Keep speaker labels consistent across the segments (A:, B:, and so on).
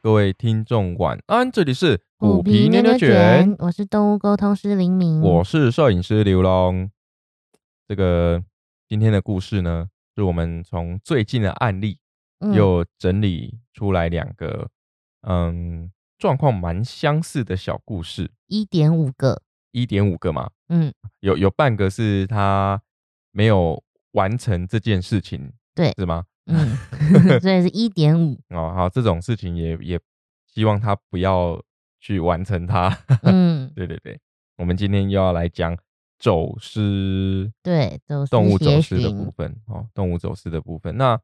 A: 各位听众晚安，这里是
B: 虎皮牛牛卷，，我是动物沟通师林明。
A: 我是摄影师刘龙。这个今天的故事呢，是我们从最近的案例
B: 嗯
A: 又整理出来两个，嗯，状况蛮相似的小故事，
B: 一点五个，
A: 一点五个嘛，
B: 嗯，
A: 有有半个是他没有完成这件事情，
B: 对
A: 是吗？
B: 嗯，所以是一点五，
A: 哦，好，这种事情也也希望他不要去完成它。
B: 嗯，
A: 对对对，我们今天又要来讲走失，
B: 对，走
A: 动
B: 失
A: 物走
B: 协
A: 失的
B: 寻
A: 部分哦，动物走失的部分。那，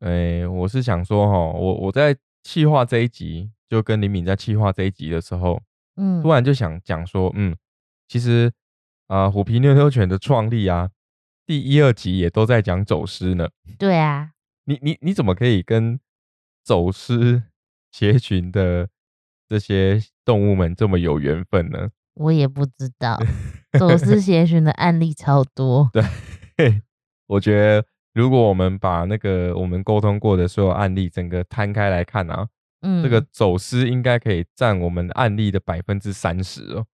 A: 诶、我是想说哈、我我在企划这一集，就跟李敏在企划这一集的时候，
B: 嗯
A: 突，然就想讲说，嗯，其实啊、虎皮妞妞犬的创立啊，第一、二集也都在讲走失呢。
B: 对啊，
A: 你你你怎么可以跟走失 协群的这些动物们这么有缘分呢？
B: 我也不知 道，走失协寻的案例超多，
A: 我觉得，如果我们把那个我们沟通过的所有案例整个摊开来看啊，
B: 嗯，
A: 这个，走失应该可以占我们案例的百分之三十哦，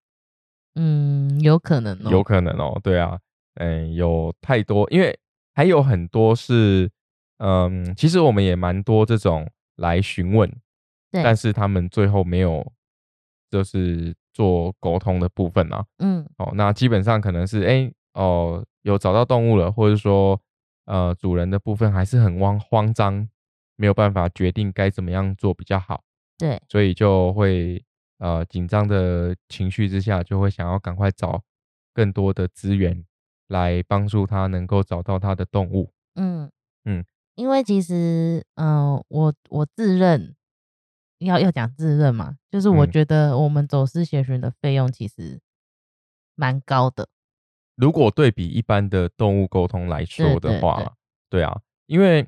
B: 嗯，有可能哦，
A: 有，可能哦。对啊，嗯，有太多，因为还有很多是，嗯，其实我们也蛮多这种来询问，
B: 对
A: 但是他们最后没有就是做沟通的部分啊。
B: 嗯，
A: 哦，那基本上可能是哎、诶哦有找到动物了，或者说呃主人的部分还是很慌慌张，没有办法决定该怎么样做比较好，
B: 对，
A: 所以就会呃紧张的情绪之下，就会想要赶快找更多的资源来帮助他能够找到他的动物。
B: 嗯，
A: 嗯，
B: 因为其实，嗯、我我自认要要讲自认嘛，就是我
A: 嗯
B: 觉得我们走私协寻的费用其实蛮高的，
A: 如果对比一般的动物沟通来说
B: 对
A: 的
B: 对
A: 话啦，对啊，因为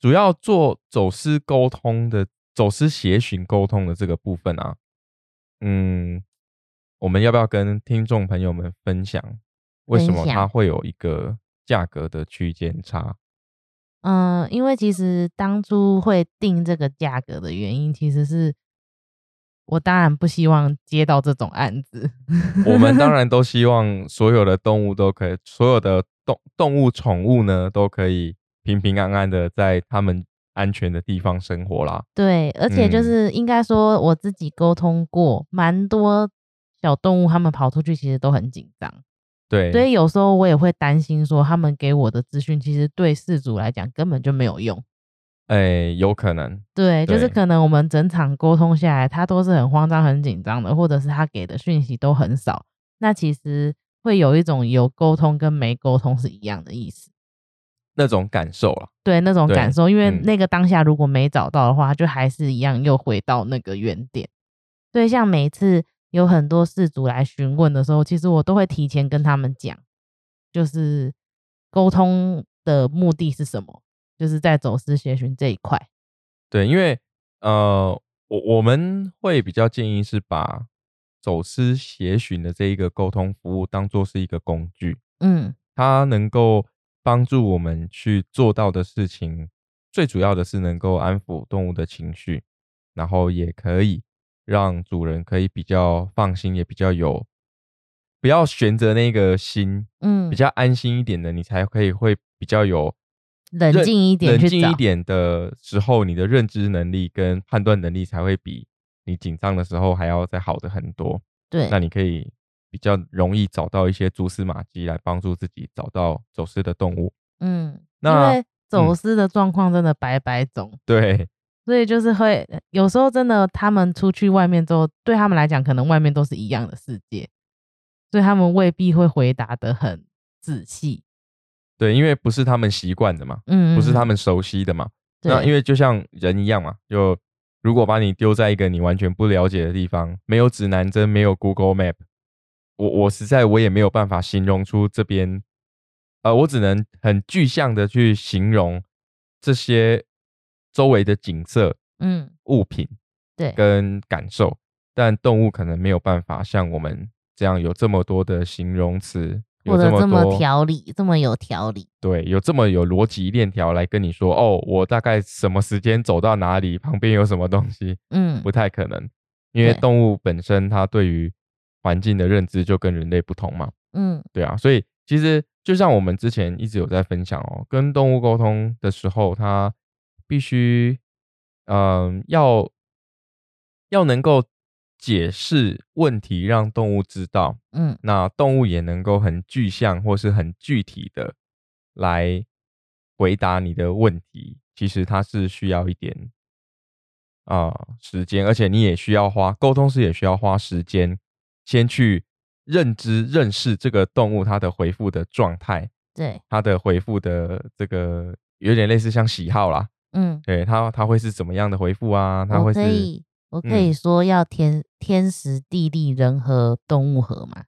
A: 主要做走私沟通的、走私协寻沟通的这个部分啊，嗯，我们要不要跟听众朋友们分享为什么
B: 分享
A: 它会有一个价格的区间 差？
B: 嗯、因为其实当初会定这个价格的原因，其实是我当然不希望接到这种案子，
A: 我们当然都希望所有的动物都可以，所有的动动物宠物呢都可以平平安安的在他们安全的地方生活啦。
B: 对，而且就
A: 嗯
B: 是应该说我自己沟通过，蛮多小动物它们跑出去其实都很紧张。
A: 对，
B: 所以有时候我也会担心说，他们给我的资讯其实对事主来讲根本就没有用。
A: 哎、有可能。
B: 对，就是
A: 对
B: 可能我们整场沟通下来，他都是很慌张、很紧张的，或者是他给的讯息都很少。那其实会有一种有沟通跟没沟通是一样的意思，
A: 那种感受啦。
B: 对那种
A: 对
B: 感受。因为
A: 嗯
B: 那个当下如果没找到的话，就还是一样又回到那个原点。所以像每次有很多事主来询问的时候，其实我都会提前跟他们讲，就是沟通的目的是什么，就是在走私协寻这一块。
A: 对，因为呃，我我们会比较建议是把走私协寻的这一个沟通服务当做是一个工具，
B: 嗯，
A: 它能够帮助我们去做到的事情，最主要的是能够安抚动物的情绪，然后也可以让主人可以比较放心，也比较有。不要悬着那个心，
B: 嗯
A: 比较安心一点的，你才可以会比较有
B: 冷
A: 认
B: 静一点
A: 冷
B: 去
A: 静
B: 找
A: 一。点的时候，你的认知能力跟判断能力才会比你紧张的时候还要再好的很多。
B: 对，
A: 那你可以比较容易找到一些蛛丝马迹来帮助自己找到走失的动物。
B: 嗯，
A: 那
B: 因为走
A: 嗯
B: 私的状况真的百百种，
A: 对
B: 所以就是会有时候真的他们出去外面之后，对他们来讲，可能外面都是一样的世界，所以他们未必会回答的很仔细。
A: 对，因为不是他们习惯的嘛，
B: 嗯，
A: 不是他
B: 们
A: 们熟悉的嘛。那因为就像人一样嘛，就如果把你丢在一个你完全不了解的地方，没有指南针，没有 Google Map，我我实在我也没有办法形容出这边，呃，我只能很具象的去形容这些周围的景色、
B: 嗯
A: 物品
B: 对
A: 跟感受，但动物可能没有办法像我们这样有这么多的形容词，有
B: 或者这么
A: 多
B: 条理，这么有条理，
A: 对，有这么有逻辑链条来跟你说，哦，我大概什么时间走到哪里，旁边有什么东西，
B: 嗯
A: 不太可能，因为
B: 对
A: 动物本身它对于环境的认知就跟人类不同嘛，
B: 嗯
A: 对啊，所以其实就像我们之前一直有在分享哦，跟动物沟通的时候，它必须，嗯、要要能够解释问题，让动物知道，
B: 嗯
A: 那动物也能够很具象或是很具体的来回答你的问题，其实它是需要一点啊、时间，而且你也需要花沟通时也需要花时间，先去认知认识这个动物它的回复的状态，
B: 对，
A: 它的回复的这个有点类似像喜好啦，
B: 嗯，
A: 对它它会是怎么样的回复啊？它
B: 我
A: 会
B: 哦可
A: 是
B: 以我可
A: 嗯
B: 以说要天天时地利人和动物和嘛，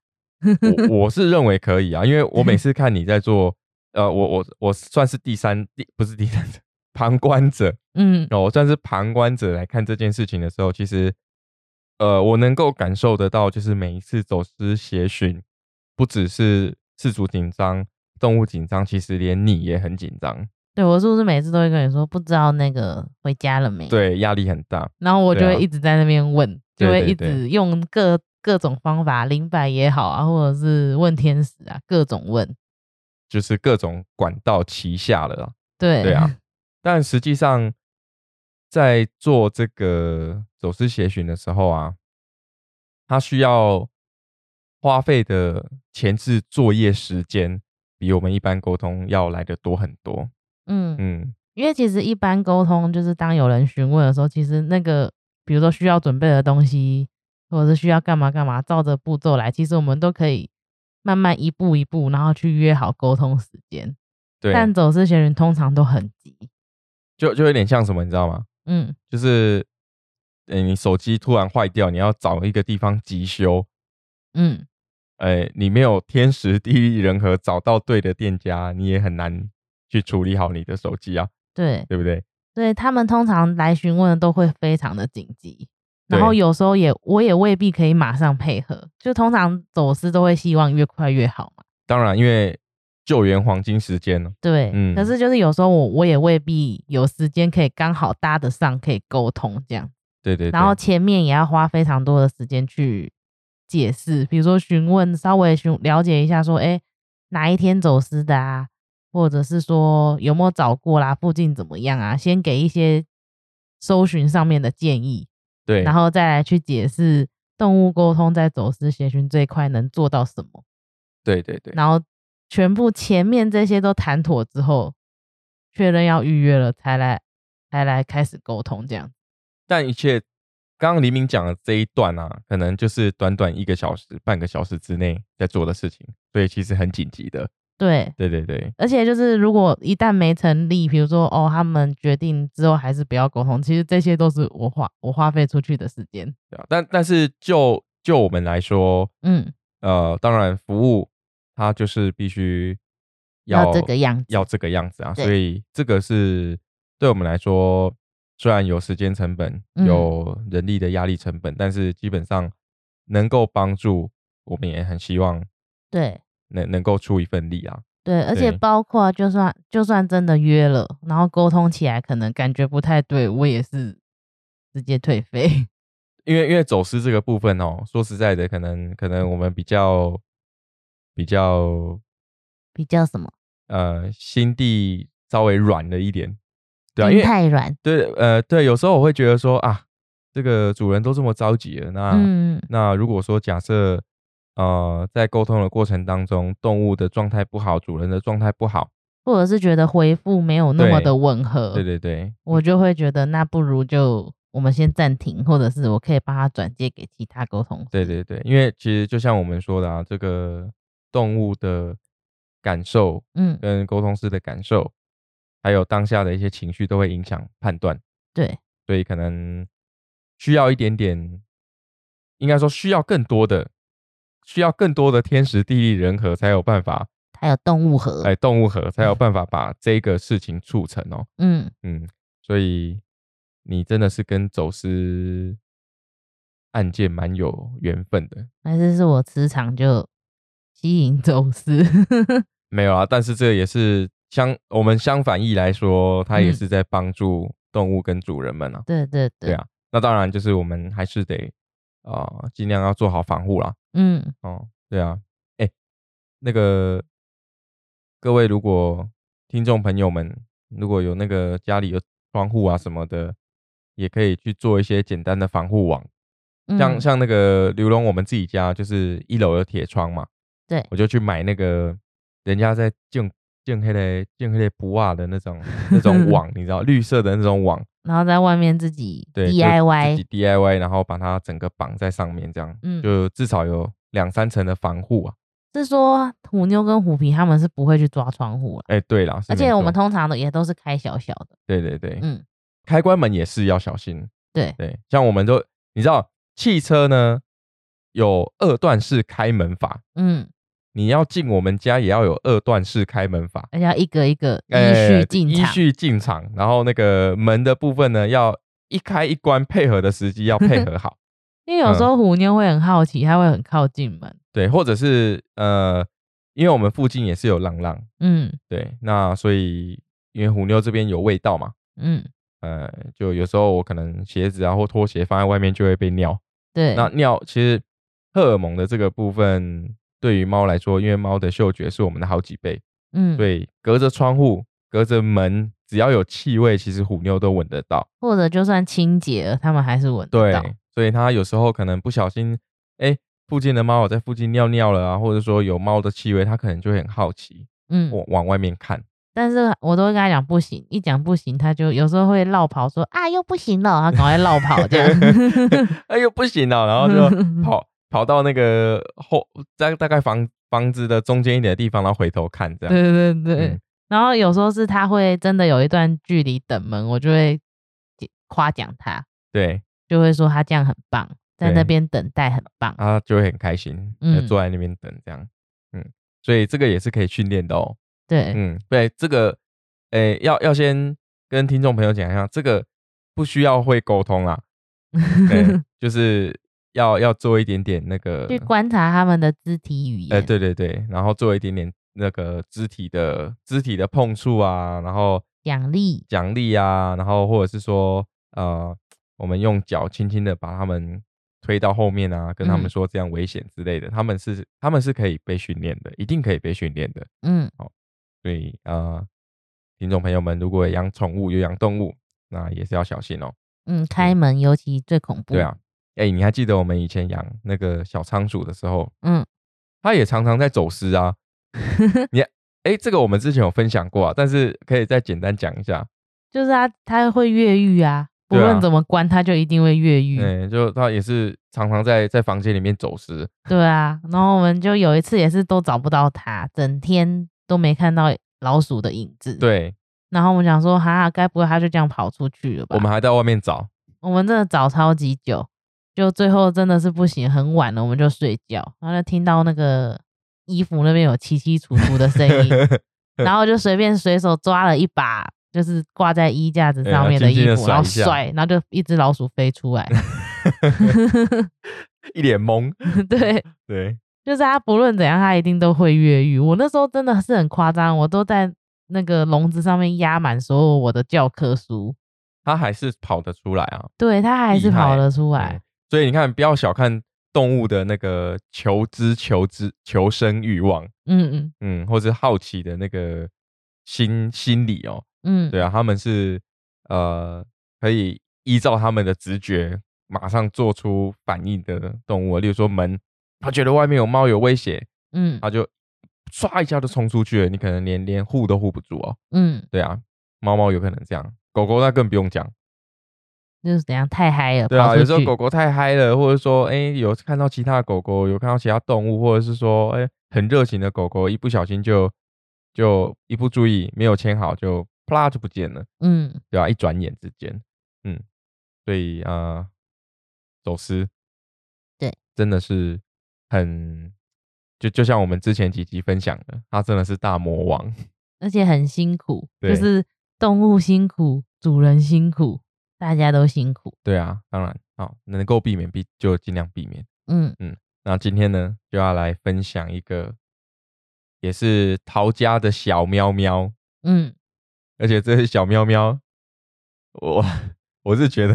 A: 我我是认为可以啊，因为我每次看你在做，呃，我我我算是第三第不是第三者，旁观者，
B: 嗯
A: 哦，我算是旁观者来看这件事情的时候，其实，呃，我能够感受得到，就是每一次走私协寻，不只是事主紧张，动物紧张，其实连你也很紧张，
B: 对我是不是每次都会跟你说不知道那个回家了没？，
A: 对，压力很大，
B: 然后我
A: 对
B: 就会
A: 啊
B: 一直在那边问，
A: 对
B: 就会
A: 对
B: 一
A: 对
B: 直用各各种方法，灵摆也好啊，或者是问天使啊，各种问。
A: 就是各种管道齐下了啊。
B: 对
A: 对啊，但实际上，在做这个走私协寻的时候啊，它需要花费的前置作业时间，比我们一般沟通要来的多很多。
B: 嗯，
A: 嗯，
B: 因为其实一般沟通就是当有人询问的时候，其实那个比如说需要准备的东西，或者是需要干嘛干嘛，照着步骤来，其实我们都可以慢慢一步一步，然后去约好沟通时间。
A: 对，
B: 但走私学员通常都很急，
A: 就就有点像什么，你知道吗？
B: 嗯，
A: 就是，呃、你手机突然坏掉，你要找一个地方急修，
B: 嗯，
A: 哎、你没有天时地利人和找到对的店家，你也很难去处理好你的手机啊，
B: 对，
A: 对不对？
B: 所以他们通常来询问的都会非常的紧急，然后
A: 对
B: 有时候也我也未必可以马上配合，就通常走私都会希望越快越好嘛。
A: 当然，因为救援黄金时间呢，
B: 对，
A: 嗯
B: 可是就是有时候我我也未必有时间可以刚好搭得上，可以沟通这样，
A: 对对对，
B: 然后前面也要花非常多的时间去解释，比如说询问稍微询了解一下说，哎，哪一天走私的啊，或者是说有没有找过啦，附近怎么样啊，先给一些搜寻上面的建议，
A: 对，
B: 然后再来去解释动物沟通在走私协寻这一块能做到什么，
A: 对对对，
B: 然后全部前面这些都谈妥之后，确认要预约了才来才来开始沟通这样。
A: 但一切刚刚黎明讲的这一段啊，可能就是短短一个小时、半个小时之内在做的事情，所以其实很紧急的。
B: 对，
A: 对对对，
B: 而且就是如果一旦没成立，比如说哦他们决定之后还是不要沟通，其实这些都是我花我花费出去的时间。
A: 对啊。但但是就就我们来说，
B: 嗯，
A: 呃，当然服务它就是必须
B: 要这个样子。
A: 要这个样子啊，
B: 对
A: 所以这个是对我们来说，虽然有时间成本、
B: 嗯
A: 有人力的压力成本，但是基本上能够帮助，我们也很希望
B: 对，
A: 能能够出一份力啊。
B: 对，而且
A: 对
B: 包括就算就算真的约了，然后沟通起来可能感觉不太对，我也是直接退费。
A: 因为因为走私这个部分哦，说实在的，可能可能我们比较比较
B: 比较什么？
A: 呃心地稍微软了一点，对啊，因
B: 心
A: 为
B: 太软。
A: 对呃对，有时候我会觉得说啊，这个主人都这么着急了，那、
B: 嗯，
A: 那如果说假设呃在沟通的过程当中，动物的状态不好，主人的状态不好，
B: 或者是觉得回复没有那么
A: 对
B: 的吻合，
A: 对对对
B: 我就会觉得那不如就我们先暂停，或者是我可以帮他转接给其他沟通。
A: 对，对对，因为其实就像我们说的啊，这个动物的感受
B: 嗯，
A: 跟沟通师的感受，还有当下的一些情绪都会影响判断，
B: 对，
A: 所以可能需要一点点，应该说需要更多的，需要更多的天时地利人和才有办法，
B: 还有动物和，
A: 哎，动物和才有办法把这个事情促成哦。
B: 嗯，
A: 嗯，所以你真的是跟走私案件蛮有缘分的。
B: 还是是我磁场就吸引走私。
A: 没有啊，但是这也是相我们相反义来说，它也
B: 嗯
A: 是在帮助动物跟主人们啊。
B: 对对
A: 对啊，那当然就是我们还是得啊，呃尽、量要做好防护啦。
B: 嗯，
A: 哦，对啊，哎、那个各位如果听众朋友们如果有那个家里有窗户啊什么的，也可以去做一些简单的防护网。像
B: 嗯
A: 像那个刘龙，我们自己家就是一楼有铁窗嘛，
B: 对
A: 我就去买那个人家在建建黑的建黑的布袜的那种那种网，你知道绿色的那种网，
B: 然后在外面自己
A: 对就自
B: DIY，
A: 己 DIY，然后把它整个绑在上面，这样，
B: 嗯
A: 就至少有两三层的防护啊。
B: 是说虎妞跟虎皮他们是不会去抓窗户了，
A: 哎、对啦，是
B: 而
A: 没
B: 且我们
A: 错
B: 通常的也都是开小小的，
A: 对对对，
B: 嗯，
A: 开关门也是要小心。
B: 对
A: 对，像我们都你知道，汽车呢有二段式开门法，
B: 嗯，
A: 你要进我们家也要有二段式开门法。
B: 而且要一个一个依
A: 哎
B: 序进
A: 依
B: 场，
A: 序进场，然后那个门的部分呢，要一开一关配合的时机要配合 好，
B: 因为有
A: 嗯
B: 时候虎妞会很好奇，它会很靠近门，
A: 对，或者是呃，因为我们附近也是有浪浪，
B: 嗯
A: 对，那所以因为虎妞这边有味道嘛，
B: 嗯，
A: 呃，就有时候我可能鞋子啊或拖鞋放在外面就会被尿，
B: 对，
A: 那尿其实荷尔蒙的这个部分对于猫来说，因为猫的嗅觉是我们的好几倍，
B: 嗯，
A: 所以隔着窗户、隔着门，只要有气味，其实虎妞都闻得到。
B: 或者就算清洁了，他们还是闻得
A: 对
B: 到，，
A: 所以它有时候可能不小心，哎、附近的猫有在附近尿尿了啊，或者说有猫的气味，它可能就会很好奇，
B: 嗯，
A: 往往外面看。
B: 但是我都会跟他讲不行，一讲不行，他就有时候会绕跑说啊又不行了，他赶快绕跑 这样，
A: 哎呦，不行了，然后 就跑跑到那个后，在大概房房子的中间一点的地方，然后回头看这样。
B: 对对对。
A: 嗯
B: 然后有时候是他会真的有一段距离等门，我就会夸奖他，
A: 对，
B: 就会说他这样很棒，
A: 对
B: 在
A: 啊
B: 那边等待很棒。
A: 它就会很开心，就
B: 嗯
A: 坐在那边等这样。嗯，所以这个也是可以训练的哦。
B: 对，
A: 嗯，对，这个，诶、要要先跟听众朋友讲一下，这个不需要会沟通 啦，对，就是要要做一点点那个，
B: 去观察他们的肢体语言。
A: 嗯呃，对对对，然后做一点点那个肢体的肢体的碰触啊，然后
B: 奖励。
A: 奖励啊，然后或者是说，呃，我们用脚轻轻的把他们推到后面啊，跟他们
B: 嗯
A: 说这样危险之类的，他们是他们是可以被训练的，一定可以被训练的。
B: 嗯，
A: 所以呃，听众朋友们，如果养宠物、有养动物，那也是要小心哦。
B: 嗯，开门尤其最恐怖。
A: 对，啊，哎、你还记得我们以前养那个小仓鼠的时候，
B: 嗯，
A: 它也常常在走失啊。你哎、这个我们之前有分享过啊，但是可以再简单讲一下。
B: 就是他他会越狱啊，不
A: 对啊
B: 论怎么关，他就一定会越狱。
A: 嗯、就它也是常常在在房间里面走失。
B: 对啊，然后我们就有一次也是都找不到它，整天都没看到老鼠的影子。，
A: 对，
B: 然后我们想说，哈，该不会它就这样跑出去了吧？
A: 我们还在外面找。
B: 我们真的找超级久，就最后真的是不行，很晚了，我们就睡觉，然后就听到那个衣服那边有起起楚楚的声音，然后就随便随手抓了一把。就是挂在衣架子
A: 对
B: 上
A: 要
B: 面的
A: 哎轻轻地
B: 衣服，
A: 甩
B: 然后
A: 一下
B: 甩，然后就一只老鼠飞 出来。
A: 一脸懵。
B: 对，
A: 对，
B: 就是他不论怎样，他一定都会越狱。我那时候真的是很夸张，我都在那个笼子上面压满所有我的教科书，
A: 它还是跑得出来啊。
B: 对他还是
A: 厉害
B: 跑了出
A: 嗯
B: 来。
A: 所以你看，不要小看动物的那个求知、求知、求生欲望，
B: 嗯
A: 嗯，或是好奇的那个心心理哦。
B: 嗯嗯，
A: 对啊，他们是呃可以依照他们的直觉马上做出反应的动物，例如说门，他觉得外面有猫有威胁，
B: 嗯
A: 他就唰一下就冲出去了，你可能连连护都护不住哦。
B: 嗯，
A: 对啊，猫猫有可能这样，狗狗那更不用讲。
B: 就是怎样太嗨了，
A: 对啊，
B: 跑出
A: 有时候
B: 去
A: 狗狗太嗨了，或者说，哎、有看到其他的狗狗，有看到其他动物，或者是说，哎、很热情的狗狗，一不小心就就一不注意，没有牵好，就啪啦就不见了，
B: 嗯，
A: 对啊？一转眼之间，嗯，所以啊、呃走失，
B: 对，
A: 真的是很，就就像我们之前几集分享的，它真的是大魔王，
B: 而且很辛苦，
A: 对
B: 就是动物辛苦，主人辛苦，大家都辛苦。
A: 对啊，当然，好，能够避免避就尽量避免。
B: 嗯
A: 那今天呢，就要来分享一个也是陶家的小喵喵，
B: 嗯，
A: 而且这只小喵喵，我我是觉得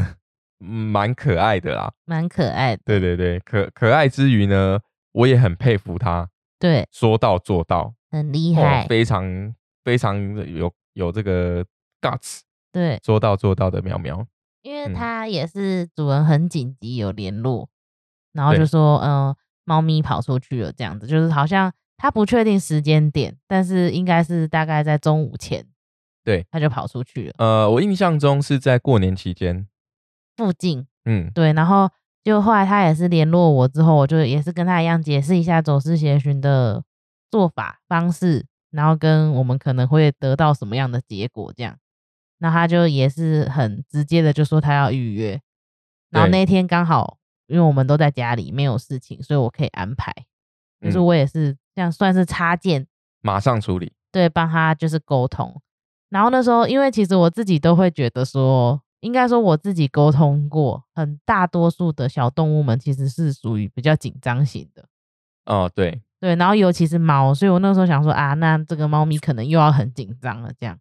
A: 嗯蛮可爱的啦。
B: 蛮可爱的。
A: 对对对，可可爱之余呢，我也很佩服它，
B: 对，
A: 说到做到，
B: 很厉
A: 哦
B: 害，。
A: 非常非常有有这个 guts，
B: 对，
A: 说到做到的喵喵。
B: 因为
A: 嗯
B: 它也是主人很紧急有联络，然后就
A: 对
B: 说，嗯、猫咪跑出去了这样子，就是好像他不确定时间点，但是应该是大概在中午前，
A: 对，
B: 它就跑出去了
A: 呃，我印象中是在过年期间，
B: 附近。
A: 嗯，
B: 对，然后就后来他也是联络我之后，我就也是跟他一样解释一下走私协寻的做法方式，然后跟我们可能会得到什么样的结果这样。那他就也是很直接的就说他要预约，然后
A: 对
B: 那一天刚好因为我们都在家里没有事情，所以我可以安排，就是
A: 嗯
B: 我也是这样算是插件
A: 马上处理。
B: 对，帮他就是沟通。然后那时候，因为其实我自己都会觉得说，应该说我自己沟通过，很大多数的小动物们其实是属于比较紧张型的，
A: 哦，对，
B: 对。然后尤其是猫，所以我那时候想说啊，那这个猫咪可能又要很紧张了，这样。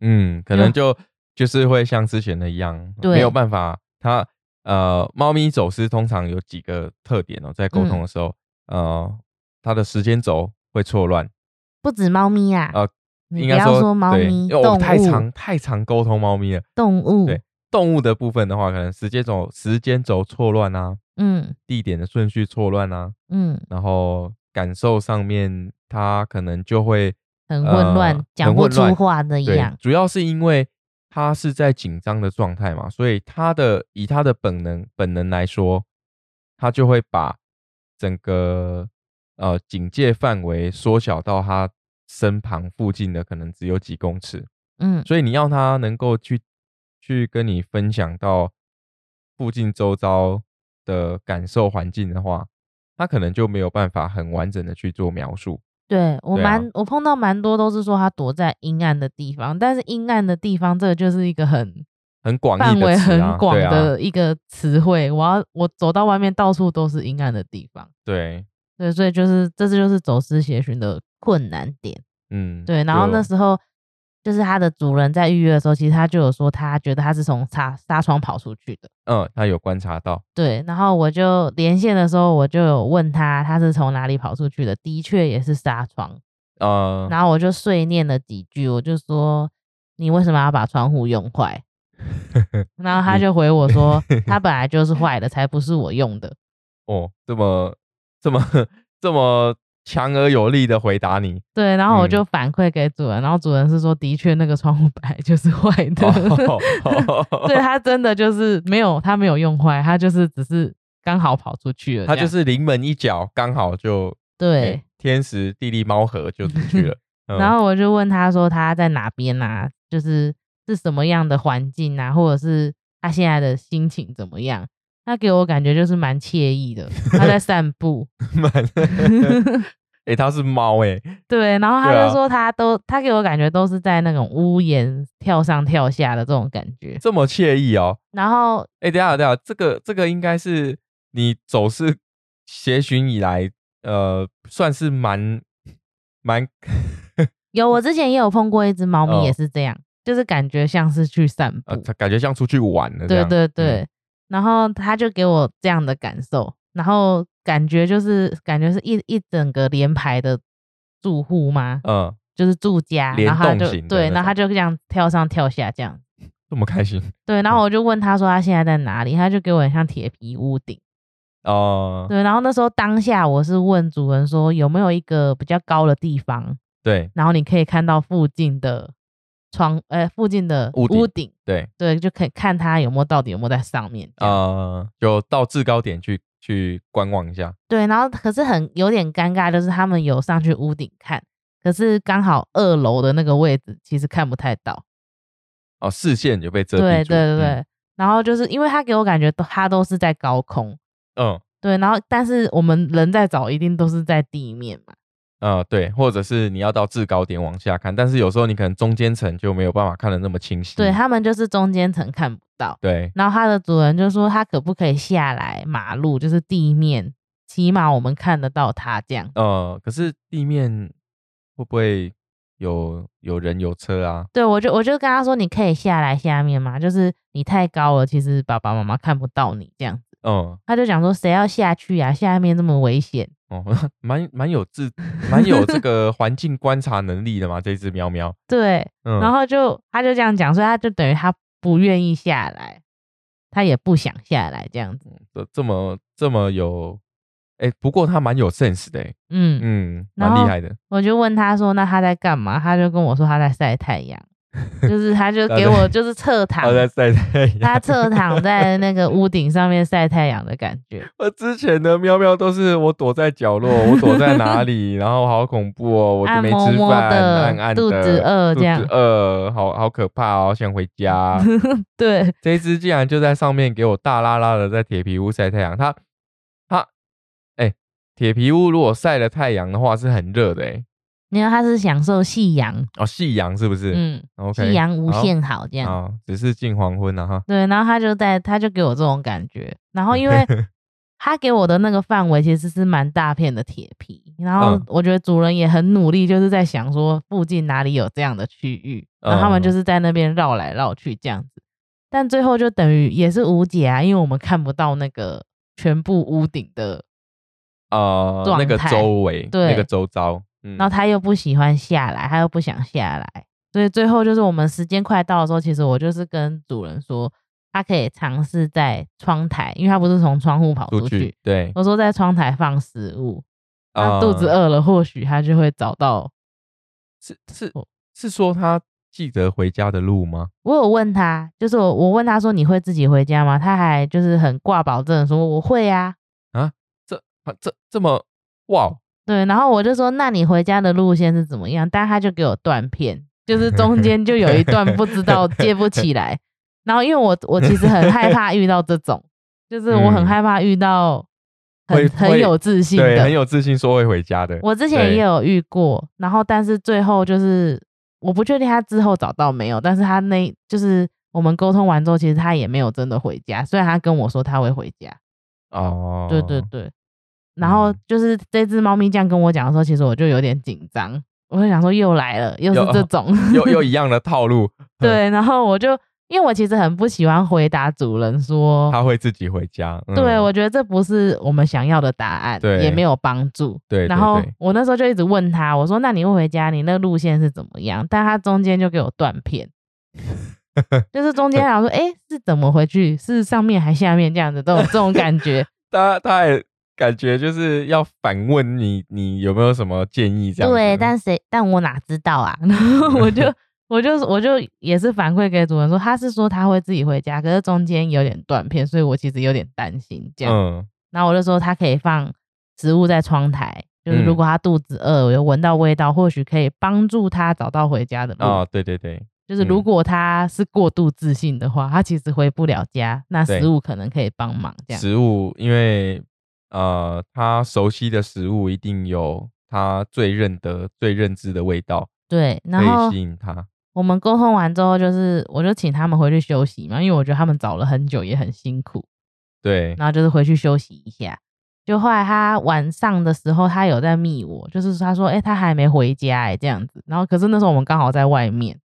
A: 嗯，可
B: 就
A: 能就就是会像之前的一样，
B: 对
A: 没有办法。它呃，猫咪走失通常有几个特点哦，在
B: 嗯
A: 沟通的时候，呃，它的时间轴会错乱。
B: 不止猫咪啊，
A: 呃
B: 你
A: 应
B: 不
A: 该
B: 要说猫
A: 对
B: 咪，
A: 因为我
B: 动
A: 太
B: 物
A: 常，太常沟通猫咪了。
B: 动物，
A: 对动物的部分的话，可能时间轴时间轴错乱啊，
B: 嗯
A: 地点的顺序错乱啊，
B: 嗯，
A: 然后感受上面，它可能就会
B: 很混乱，
A: 呃
B: 讲
A: 很
B: 不
A: 混
B: 出
A: 乱
B: 话的一
A: 对
B: 样，，
A: 主要是因为它是在紧张的状态嘛，所以它的以它的本能本能来说，它就会把整个呃警戒范围缩小到它身旁附近的可能只有几公尺，
B: 嗯
A: 所以你要它能够去去跟你分享到附近周遭的感受环境的话，它可能就没有办法很完整的去做描述。
B: 对我
A: 对啊
B: 蛮、我碰到蛮多都是说他躲在阴暗的地方，但是阴暗的地方这个就是一个很
A: 很广
B: 范
A: 义的
B: 围
A: 词啊
B: 很广
A: 对啊
B: 的一个词汇。我要我走到外面到处都是阴暗的地方，
A: 对，
B: 对，所以就是这次就是走私协寻的困难点。
A: 嗯，
B: 对，然后那
A: 就
B: 时候就是它的主人在预约的时候，其实他就有说他觉得他是从纱纱窗跑出去的。
A: 嗯，他有观察到，
B: 对，然后我就连线的时候，我就有问他他是从哪里跑出去的，的确也是纱窗。
A: 呃，
B: 然后我就碎念了几句，我就说你为什么要把窗户用坏？然后他
A: 你
B: 就回 我说他本来就是坏的，才不是我用的。
A: 哦，这么这么这么强而有力的回答你，
B: 对，然后
A: 嗯
B: 我就反馈给主人，然后主人是说的确那个窗户本来就是坏的，
A: 哦
B: 对他真的就是没有他没有用坏，他就是只是刚好跑出去了这
A: 他
B: 样，
A: 就是临门一脚，刚好就
B: 对
A: 哎。天时地利猫合就出去 了。嗯
B: 然后我就问他说他在哪边啊，就是是什么样的环境啊，或者是他现在的心情怎么样？他给我感觉就是蛮惬意的，他在散步。
A: 蛮，哎，他是猫哎，
B: 对，然后他
A: 对啊
B: 就说他都、他给我感觉都是在那种屋檐跳上跳下的这种感觉。
A: 这么惬意哦。
B: 然后
A: 哎，等一下等一下，这个这个应该是你走是协寻以来，呃，算是蛮蛮
B: 有我之前也有碰过一只猫咪，也
A: 哦
B: 是这样，就是感觉像是去散步。
A: 呃，感觉像出去玩了这
B: 对
A: 样。
B: 对
A: 嗯
B: 对，然后他就给我这样的感受，然后感觉就是感觉是一一整个连排的住户吗？
A: 嗯，
B: 就是住家，
A: 联
B: 然后他
A: 动
B: 就
A: 型的
B: 对，
A: 那
B: 然后他
A: 种
B: 就这样跳上跳下这样，
A: 这么开心
B: 对，
A: 嗯
B: 然后我就问他说他现在在哪里，他就给我很像铁皮屋顶，
A: 哦、
B: 对，然后那时候当下我是问主人说有没有一个比较高的地方，
A: 对
B: 然后你可以看到附近的窗，呃，附近的
A: 屋顶
B: 屋顶，
A: 对，
B: 对，就可以看它有没有到底有没有在上面这样
A: 呃，就到制高点去去观望一下。
B: 对，然后可是很有点尴尬，就是他们有上去屋顶看，可是刚好二楼的那个位置其实看不太到。
A: 哦，视线就被遮蔽
B: 对对
A: 住嗯
B: 对对，，然后就是因为他给我感觉都他都是在高空，
A: 嗯嗯
B: 对，然后但是我们人在找一定都是在地面嘛，
A: 呃对，或者是你要到制高点往下看，但是有时候你可能中间层就没有办法看得那么清晰。
B: 对他们就是中间层看不到。
A: 对
B: 然后它的主人就说他可不可以下来马路，就是地面，起码我们看得到它这样。
A: 呃，可是地面会不会有有人有车啊？
B: 对，我就我就跟他说，你可以下来下面嘛，就是你太高了，其实爸爸妈妈看不到你这样。
A: 嗯，
B: 他就讲说，谁要下去啊？下面那么危险。
A: 哦， 蛮蛮有自，蛮有这 个环境观察能力的嘛，这只喵喵。
B: 对，
A: 嗯，
B: 然后就他就这样讲，所以他就等于他不愿意下来，他也不想下来这样子。
A: 这这么这么有，哎、不过它蛮有 sense 的、欸，
B: 嗯，
A: 嗯，
B: 然
A: 蛮厉
B: 后
A: 害的。
B: 我就问他说，那他在干嘛？他就跟我说他在晒太阳，就是他就
A: 他
B: 给
A: 在
B: 我就是侧躺
A: 它。哦在晒太阳。
B: 他侧躺在那个屋顶上面晒太阳的感觉，
A: 我之前的喵喵都是我躲在角落，我躲在哪里，然后好恐怖哦，我就
B: 按
A: 没
B: 摸
A: 吃
B: 摸
A: 饭，
B: 的
A: 暗暗
B: 肚
A: 的
B: 子饿
A: 肚
B: 这样
A: 子饿，好好可怕哦，想回 家。
B: 对，
A: 这一只竟然就在上面给我大拉拉的在铁皮屋晒太阳，它它哎，铁、皮屋如果晒了太阳的话是很热的哎、
B: 因为他是享受夕阳，
A: 哦，夕阳是不是？
B: 嗯，
A: ，OK，
B: 夕阳嗯无
A: 好
B: 限好这样。
A: 啊，只是近黄昏啊了哈。
B: 对，然后他就在，他就给我这种感觉。然后因 为他给我的那个范围其实是蛮大片的铁皮，然后
A: 嗯
B: 我觉得主人也很努力，就是在想说附近哪里有这样的区域，然后他们就
A: 嗯
B: 是在那边绕来绕去这样子。但最后就等于也是无解啊，因为我们看不到那个全部屋顶的，
A: 呃，那
B: 状
A: 个
B: 态
A: 周围，那
B: 对
A: 个周遭，嗯，
B: 然后他又不喜欢下来，他又不想下来，所以最后就是我们时间快到的时候，其实我就是跟主人说。他可以尝试在窗台，因为他不是从窗户跑
A: 出
B: 出去，
A: 去，对，
B: 我说在窗台放食物，它肚子
A: 呃
B: 饿了，或许它就会找到。
A: 是是
B: 哦
A: 是说他记得回家的路吗？
B: 我有问他，就是我我问他说你会自己回家吗？他还就是很挂保证地说我会啊，
A: 这啊这这么哇哦，
B: 对。然后我就说那你回家的路线是怎么样？但他就给我断片，就是中间就有一段不知道接不起来。然后因为我我其实很害怕遇到这种，就是我很
A: 嗯
B: 害怕遇到
A: 会
B: 很很
A: 会
B: 有自信
A: 对，
B: 的
A: 很，有自信说会回家的。
B: 我之前
A: 对
B: 也有遇过，然后但是最后就是我不确定他之后找到没有，但是他那就是我们沟通完之后，其实他也没有真的回家，虽然他跟我说他会回家，
A: 哦，
B: 对对对。然后
A: 嗯
B: 就是这只猫咪这样跟我讲的时候，其实我就有点紧张，我就想说又来了，又
A: 又哦嗯
B: 是这种，
A: 又又一样的套路，
B: 对。然后我就因为我其实很不喜欢回答主人说，
A: 他会自己回家。嗯
B: 哦对我觉得这不是我们想要的答案，
A: 对
B: 也没有帮助。
A: 对，
B: 然
A: 对
B: 后
A: 对
B: 我那时候就一直问他，我说：“那你会回家，你那路线是怎么样？”但他中间就给我断 片，就是中间然后说：“哎、是怎么回去？是上面还下面这样子？”都有这种感觉。
A: 他他也感觉就是要反问你，你有没有什么建议这样子？
B: 对，但谁？但我哪知道啊？ 然后我就我就我就也是反馈给主人说，他是说他会自己回家，可是中间有点断片，所以我其实有点担心这样。
A: 嗯
B: 然后我就说他可以放食物在窗台，就是
A: 嗯
B: 如果他肚子饿，有闻到味道，或许可以帮助他找到回家的路。
A: 啊，对对对，
B: 就是如
A: 嗯
B: 果他是过度自信的话，他其实回不了家，那
A: 对
B: 食物可能可以帮忙这样。
A: 食物，因为呃，他熟悉的食物一定有他最认得、最认知的味道，
B: 对，
A: 可
B: 然
A: 以
B: 后
A: 吸引他。
B: 我们沟通完之后，就是我就请他们回去休息嘛，因为我觉得他们找了很久也很辛苦，
A: 对，
B: 然后就是回去休息一下。就后来他晚上的时候，他有在密我，就是他说，哎、他还没回家哎、这样子。然后可是那时候我们刚好在外面，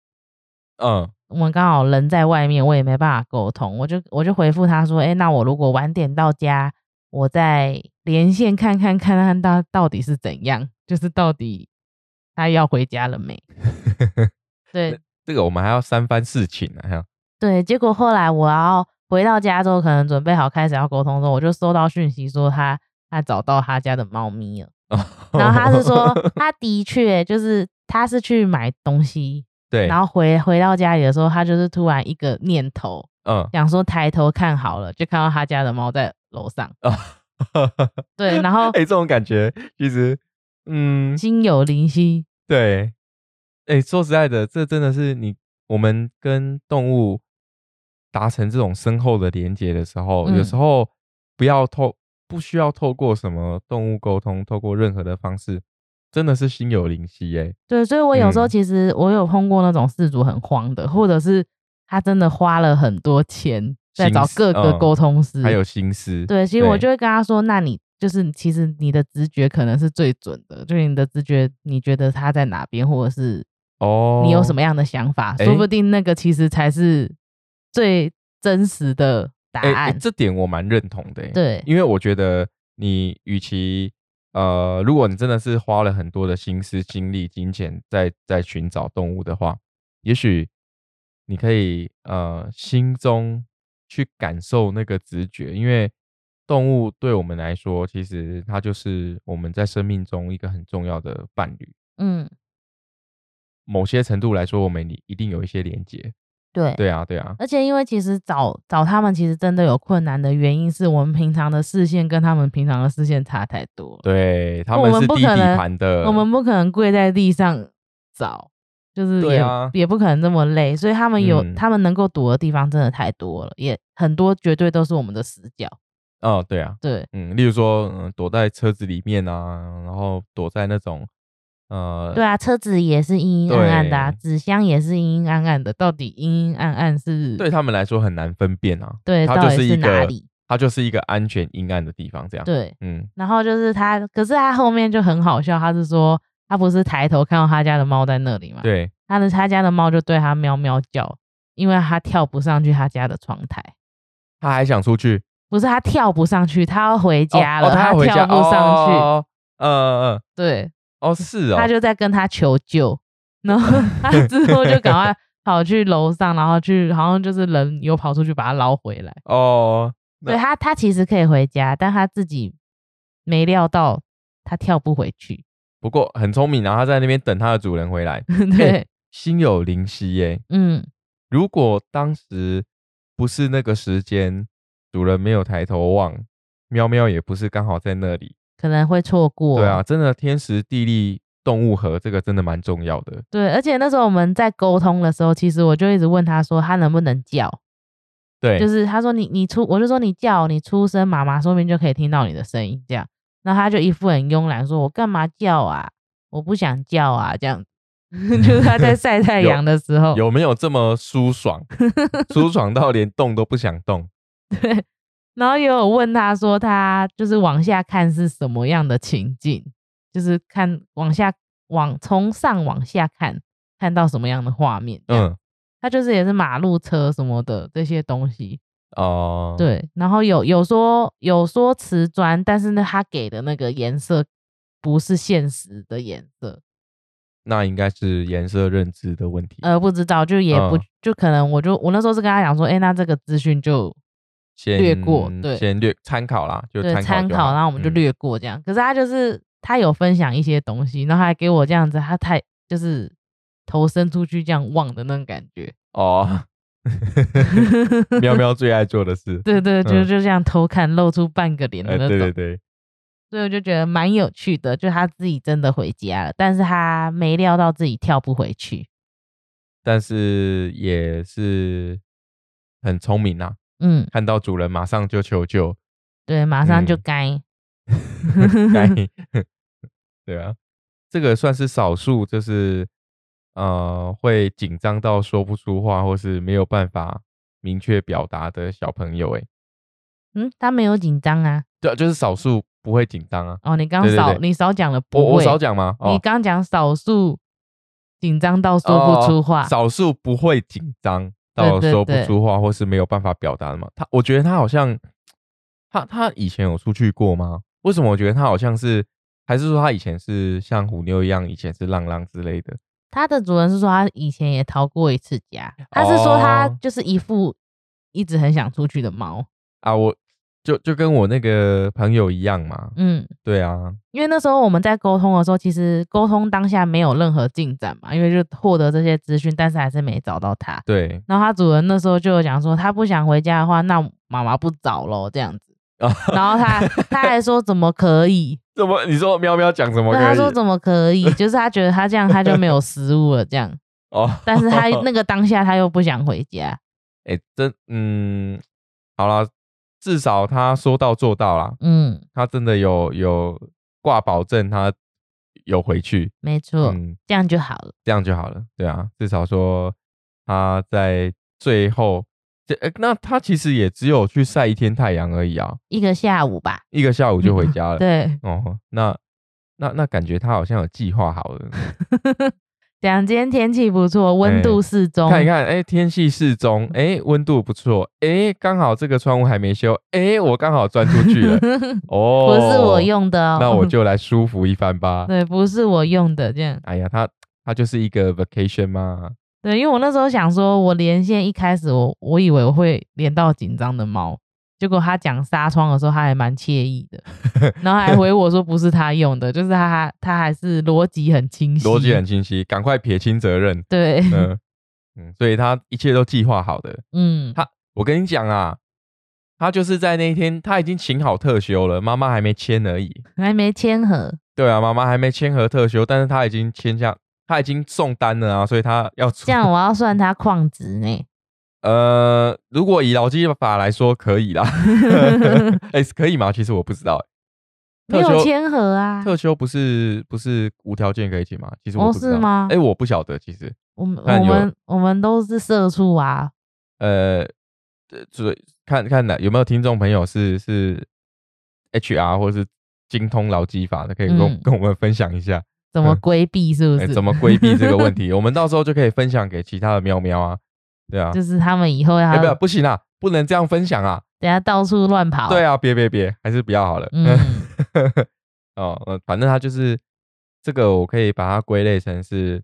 A: 嗯
B: 我们刚好人在外面，我也没办法沟通，我就我就回复他说，哎、那我如果晚点到家，我再连线看看看看到到底是怎样，就是到底他要回家了没？对
A: 这个我们还要三番四请啊，还要
B: 对，结果后来我要回到家之后，可能准备好开始要沟通的时候，我就收到讯息说他他找到他家的猫咪了，
A: 哦
B: 然后他是说 他的确就是他是去买东西，
A: 对，
B: 然后回回到家里的时候，他就是突然一个念头。
A: 嗯
B: 想说抬头看好了，就看到他家的猫在楼上。
A: 啊，
B: 对，然后
A: 哎、这种感觉其实，嗯，
B: 心有灵犀，
A: 对，哎、说实在的，这真的是你我们跟动物达成这种深厚的连接的时候，
B: 嗯
A: 有时候不要透，不需要透过什么动物沟通，透过任何的方式，真的是心有灵犀耶、
B: 对，所以我有时候
A: 嗯
B: 其实我有碰过那种事主很慌的，或者是他真的花了很多钱在
A: 心
B: 找
A: 思
B: 各个
A: 嗯
B: 沟通师，
A: 还有心思。
B: 对，所以我就会跟他说，那你就是其实你的直觉可能是最准的，就是你的直觉，你觉得他在哪边，或者是
A: 哦，
B: 你有什么样的想法，
A: 诶
B: 说不定那个其实才是最真实的答
A: 诶？
B: 案。
A: 诶这点我蛮认同的、欸。
B: 对，
A: 因为我觉得你与其呃，如果你真的是花了很多的心思、精力、金钱在在寻找动物的话，也许你可以呃心中去感受那个直觉，因为动物对我们来说，其实它就是我们在生命中一个很重要的伴侣。
B: 嗯，
A: 某些程度来说，我们一定有一些连接。
B: 对。
A: 对啊，对啊，
B: 而且因为其实找找他们其实真的有困难的原因，是我们平常的视线跟他们平常的视线差太多了。
A: 对，他
B: 我
A: 们
B: 们
A: 是
B: 不
A: 低
B: 可
A: 底
B: 能
A: 盘的。
B: 我们不可能跪在地上找，就是
A: 对
B: 也、
A: 啊
B: 也不可能这么累，所以他们有、
A: 嗯
B: 他们能够躲的地方真的太多了，也很多绝对都是我们的死角。
A: 哦，对啊，
B: 对，
A: 嗯，例如说，嗯，躲在车子里面啊，然后躲在那种，呃，
B: 对啊，车子也是阴阴暗暗的、啊，
A: 对
B: 纸箱也是阴阴暗暗的，到底阴阴暗暗是
A: 对他们来说很难分辨啊，
B: 对
A: 它
B: 到
A: 就
B: 底
A: 一
B: 是哪
A: 个，
B: 里？
A: 它就是一个安全阴暗的地方，这样，
B: 对，
A: 嗯，
B: 然后就是他，可是他后面就很好笑，他是说他不是抬头看到他家的猫在那里嘛，
A: 对，
B: 他的他家的猫就对他喵喵叫，因为他跳不上去他家的窗台。
A: 他还想出去，
B: 不是他跳不上去，他要回家了，
A: 哦哦、他要回家
B: 跳不上去，
A: 哦，哦哦哦
B: 对，
A: 呃，哦，是哦，
B: 他就在跟他求救，然后他之后就赶快跑去楼上，然后去好像就是人有跑出去把他捞回来，
A: 哦，那
B: 对他他其实可以回家，但他自己没料到他跳不回去，
A: 不过很聪明啊，他在那边等他的主人回来，
B: 对，
A: 心有灵犀耶。
B: 嗯，
A: 如果当时不是那个时间，主人没有抬头望，喵喵也不是刚好在那里。
B: 可能会错过，
A: 对啊，，真的天时地利动物和这个真的蛮重要的。
B: 对，而且那时候我们在沟通的时候，其实我就一直问他说他能不能叫，
A: 对，
B: 就是他说你你出，我就说你叫你出声，妈妈说不定就可以听到你的声音这样。然后他就一副很慵懒，说我干嘛叫啊？我不想叫啊，这样。 就是他在晒太
A: 有
B: 阳的时候，
A: 有没有这么舒爽？ 舒爽到连动都不想动。
B: 然后也有问他说他就是往下看是什么样的情境，就是看往下往从上往下看看到什么样的画面。嗯，
A: 嗯，
B: 他就是也是马路车什么的这些东西，
A: 哦、，
B: 对，然后有有说有说瓷砖，但是呢，他给的那个颜色不是现实的颜色，
A: 那应该是颜色认知的问题。
B: 呃，不知道，就也不、
A: 嗯
B: 就可能，我就我那时候是跟他讲说，哎、那这个资讯就
A: 先
B: 略过对
A: 先略参考啦，就
B: 对
A: 参考
B: 参
A: 就
B: 考，
A: 好
B: 然后我们就
A: 嗯
B: 略过这样。可是他就是他有分享一些东西，然后还给我这样子，他太就是头伸出去这样望的那种感 觉，
A: 哦。喵喵最爱做的 事，
B: 对对，就
A: 嗯
B: 就这样偷看，露出半个脸的
A: 哎、
B: 那种。
A: 对对对，
B: 所以我就觉得蛮有趣的，就他自己真的回家了，但是他没料到自己跳不回去。
A: 但是也是很聪明啊，
B: 嗯，
A: 看到主人马上就求救，
B: 对，马上就
A: 嗯
B: 该、
A: 该 对啊，这个算是少数，就是呃会紧张到说不出话，或是没有办法明确表达的小朋友、欸。哎，
B: 嗯，他没有紧张啊。
A: 对啊，就是少数不会紧张啊。
B: 哦，你刚
A: 对对
B: 少
A: 对
B: 你少讲了不
A: 我
B: 会，
A: 我少讲吗？哦
B: 你刚讲少数紧张到说不出话，
A: 哦少数不会紧张到
B: 对对
A: 说不
B: 对
A: 出话，或是没有办法表达的嘛。他，我觉得他好像，他他以前有出去过吗？为什么我觉得他好像是，还是说他以前是像虎妞一样，以前是浪浪之类的？
B: 他的主人是说他以前也逃过一次家，他是说他
A: 哦
B: 就是一副一直很想出去的猫。
A: 啊，我就就跟我那个朋友一样嘛。
B: 嗯，
A: 对啊，
B: 因为那时候我们在沟通的时候，其实沟通当下没有任何进展嘛，因为就获得这些资讯，但是还是没找到他。
A: 对
B: 然后他主人那时候就有讲说，他不想回家的话，那妈妈不找咯，这样 子。
A: 啊，
B: 然后他他还说怎么可以？
A: 怎么你说喵喵讲什么
B: 对，
A: 可以？
B: 他说怎么可以？就是他觉得他这样他就没有食物了，这样。
A: 哦，
B: 但是 他那个当下他又不想回家，
A: 哎、真嗯，好啦，至少他说到做到啦。
B: 嗯，
A: 他真的有有挂保证，他有回去，
B: 没错，
A: 嗯，
B: 这样就好了。
A: 这样就好了，对啊，至少说他在最后这呃那他其实也只有去晒一天太阳而已啊，
B: 一个下午吧。
A: 一个下午就回家了。
B: 嗯对，
A: 哦，那那那感觉他好像有计划好了。
B: 讲今天天气不错，温度适中。。
A: 看一看，哎、天气适中，哎、温度不错，哎、刚好这个窗户还没修，哎、我刚好钻出去了
B: 不
A: 哦，
B: 是我，用的哦，。
A: 那我就来舒服一番吧
B: 对，不是我用的这样。
A: 哎呀，他他就是一个 vacation 嘛，
B: 对，因为我那时候想说，我连线一开始我我以为我会连到紧张的猫，结果他讲纱窗的时候，他还蛮惬意的， 然后还回我说不是他用的，就是他他还是逻辑很清晰，。
A: 逻辑很清晰，赶快撇清责任
B: 对，
A: 嗯、嗯，所以他一切都计划好的。
B: 嗯，
A: 他，我跟你讲啊，他就是在那一天，他已经请好特休了，妈妈还没签而已。
B: 还没签合，
A: 对啊，妈妈还没签合特休，但是他已经签下，他已经送单了啊，所以他要出
B: 这样我要算他旷职呢，
A: 呃，如果以劳基法来说，可以 啦。哎、可以吗？其实我不知道、欸。
B: 没
A: 特
B: 有
A: 休
B: 签合啊，
A: 特休不是不是无条件可以请吗？其实
B: 哦
A: 我不知
B: 是
A: 道。
B: 吗
A: 哎、我不晓得。其实，
B: 我们我
A: 看有
B: 们我们都是社畜啊，
A: 呃，呃所以看看哪有没有听众朋友是是 HR 或是精通劳基法的，可以跟我、
B: 嗯
A: 跟我们分享一下，
B: 怎么
A: 嗯
B: 规避是不
A: 哎、
B: 是？
A: 怎么规避这个问题？我们到时候就可以分享给其他的喵喵啊。对啊，
B: 就是他们以后要
A: 哎、不要不行啊，不能这样分享啊。
B: 等下到处乱跑，
A: 对啊，别别别，还是不要好了。
B: 嗯
A: 哦，呃反正它就是这个，我可以把它归类成是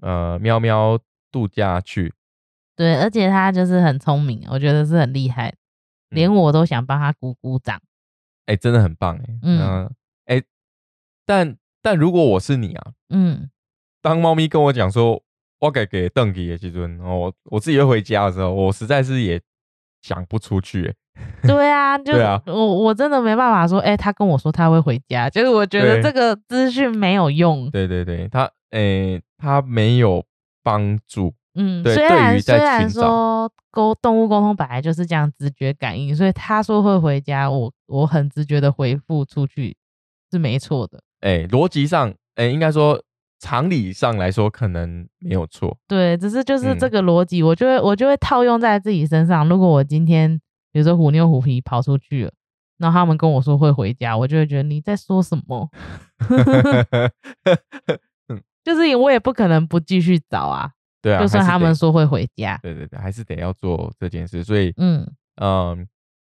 A: 呃喵喵度假去。
B: 对，而且他就是很聪明，我觉得是很厉害，
A: 嗯
B: 连我都想帮他鼓鼓掌。
A: 哎、真的很棒哎、
B: 嗯
A: 嗯，哎、但但如果我是你啊，
B: 嗯，
A: 当猫咪跟我讲说我给给邓给基尊，然后哦我我自己会回家的时候，我实在是也想不出去、欸。
B: 对啊，就
A: 对啊
B: 我我真的没办法说，哎、他跟我说他会回家，就是我觉得
A: 对
B: 这个资讯没有用。
A: 对对对，它哎、它没有帮助。
B: 嗯，
A: 对
B: 虽
A: 对
B: 然
A: 于
B: 虽
A: 在
B: 然
A: 寻找
B: 说沟动物沟通本来就是这样直觉感应，所以他说会回家，我我很直觉的回复出去是没错的。
A: 哎、逻辑上，哎、应该说常理上来说，可能没有错。
B: 对，只是就是这
A: 嗯
B: 个逻辑，我就会我就会套用在自己身上。如果我今天比如说虎妞虎皮跑出去了，然后他们跟我说会回家，我就会觉得你在说什么？ 就是我也不可能不继续找啊，
A: 对啊，
B: 就算
A: 还是
B: 他
A: 得
B: 们说会回家，
A: 对对对，还是得要做这件事。所以，
B: 嗯，
A: 嗯，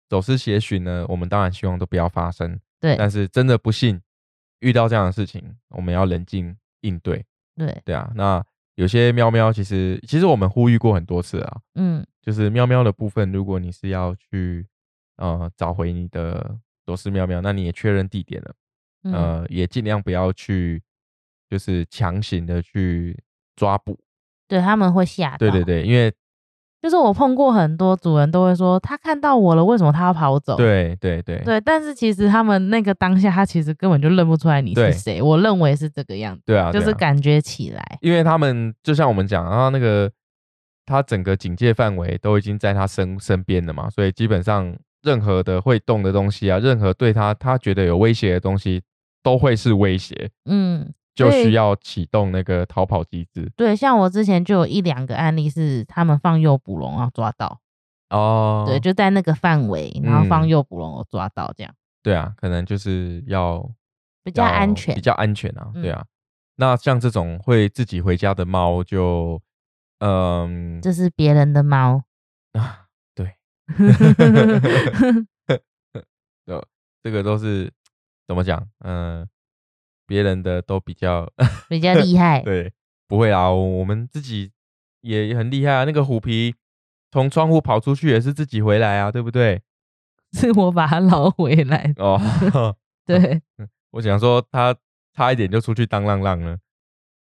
A: 走私协寻呢，我们当然希望都不要发生。
B: 对
A: 但是真的不幸遇到这样的事情，我们要冷静应对。
B: 对，
A: 对啊，那有些喵喵其实其实我们呼吁过很多次啊，
B: 嗯
A: 就是喵喵的部分，如果你是要去呃找回你的走私喵喵，那你也确认地点了，
B: 嗯、
A: 呃，也尽量不要去就是强行的去抓捕。
B: 对，他们会吓到。
A: 对对，对，因为
B: 就是我碰过很多主人都会说，他看到我了，为什么他要跑走？
A: 对对对
B: 对，但是其实他们那个当下，他其实根本就认不出来你是
A: 对
B: 谁。我认为是这个样子，
A: 对啊，
B: 就
A: 对
B: 是
A: 啊
B: 感觉起来。
A: 因为他们就像我们讲，然啊后那个他整个警戒范围都已经在他身身边了嘛，所以基本上任何的会动的东西啊，任何对他他觉得有威胁的东西，都会是威胁，
B: 嗯，
A: 就
B: 对
A: 需要启动那个逃跑机制
B: 对，像我之前就有一两个案例是他们放诱捕笼啊抓到，
A: 哦
B: 对，就在那个范围，然后放
A: 嗯
B: 诱捕笼有抓到，这样、
A: 对啊，可能就是要
B: 比较安
A: 要
B: 全
A: 比。较安全啊，对
B: 嗯
A: 啊。那像这种会自己回家的猫就，嗯
B: 这是别人的猫，
A: 啊，对， 呃，这个都是怎么讲？嗯、别人的都比较
B: 比较厉害。
A: 对，不会啊，我我们自己也也很厉害啊。那个虎皮从窗户跑出去也是自己回来啊，对不对？
B: 是我把它捞回来。
A: 哦，
B: 对，
A: 我想说他差一点就出去当浪浪了。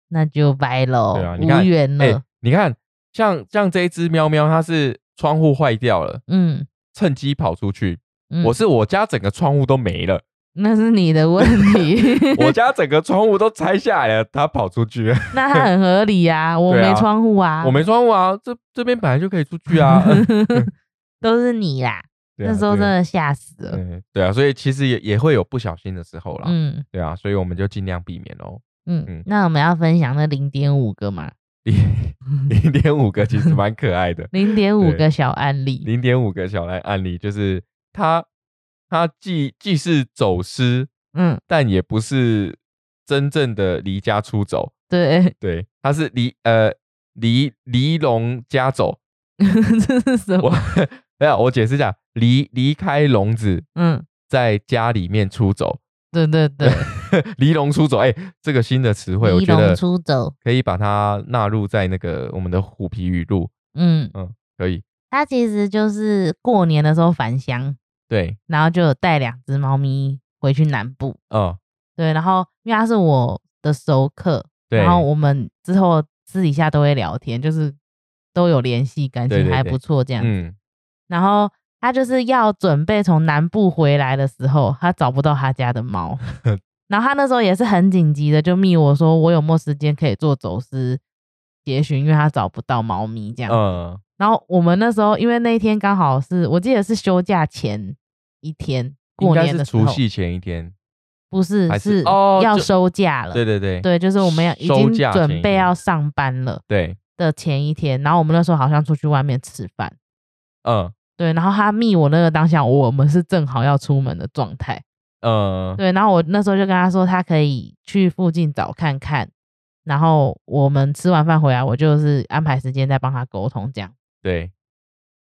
B: 那就掰喽，
A: 对啊你
B: 无
A: 看
B: 缘了。
A: 哎、你看，像像这一只喵喵，它是窗户坏掉了，
B: 嗯，
A: 趁机跑出去。
B: 嗯
A: 我是我家整个窗户都没了，
B: 那是你的问 题，
A: 我家整个窗户都拆下来了，它跑出去了。
B: 那它很合理啊，我
A: 对
B: 没
A: 啊
B: 窗户啊，
A: 我没窗户啊，这这边本来就可以出去 啊。
B: 都是你啦。
A: 对
B: 那
A: 啊
B: 时候真
A: 这个
B: 的吓死了。
A: 嗯，对啊，所以其实也也会有不小心的时候啦，
B: 嗯
A: 对啊，所以我们就尽量避免哦。
B: 嗯
A: 嗯
B: 那我们要分享那零点五个嘛？
A: 零零点五个其实蛮可爱 的，
B: 零点五
A: 对
B: 个小案例，
A: 零点五个小来案例，就是他他既既是走失，
B: 嗯，
A: 但也不是真正的离家出走，
B: 对，
A: 对，他是离呃离离笼家走。
B: 这是什
A: 我
B: 么？
A: 没有，我解释一下，离离开笼子，
B: 嗯，
A: 在家里面出走，
B: 对对 对，
A: 离笼出走，哎、这个新的词汇，我
B: 离
A: 觉
B: 笼
A: 得
B: 出走，
A: 可以把它纳入在那个我们的虎皮语录，
B: 嗯，
A: 可以。
B: 他其实就是过年的时候返乡，
A: 对，
B: 然后就有带两只猫咪回去南部，
A: 嗯，
B: 对，然后因为他是我的熟客，
A: 对，
B: 然后我们之后私底下都会聊天，就是都有联系，感
A: 对
B: 情
A: 对
B: 还
A: 对
B: 不错这样子。
A: 嗯，
B: 然后他就是要准备从南部回来的时候，他找不到他家的 猫，然后他那时候也是很紧急的，就密我说我有没有时间可以做走私捷询，因为他找不到猫咪这样。
A: 嗯，
B: 然后我们那时候因为那一天刚好是我记得是休假前一天，
A: 应
B: 过
A: 该
B: 年
A: 是
B: 的时
A: 除
B: 候
A: 夕前一天，
B: 不是
A: 还是
B: 是
A: 哦
B: 要
A: 就
B: 收假了，
A: 对对对
B: 对，就是我们要已
A: 收
B: 经
A: 假前一
B: 准备
A: 天
B: 要上班了
A: 对，
B: 的前一天，然后我们那时候好像出去外面吃饭，
A: 嗯
B: 对，然后他密我那个当下，我们是正好要出门的状态，
A: 嗯，
B: 对，然后我那时候就跟他说，他可以去附近找看看，然后我们吃完饭回来，我就是安排时间再帮他沟通这样。
A: 对，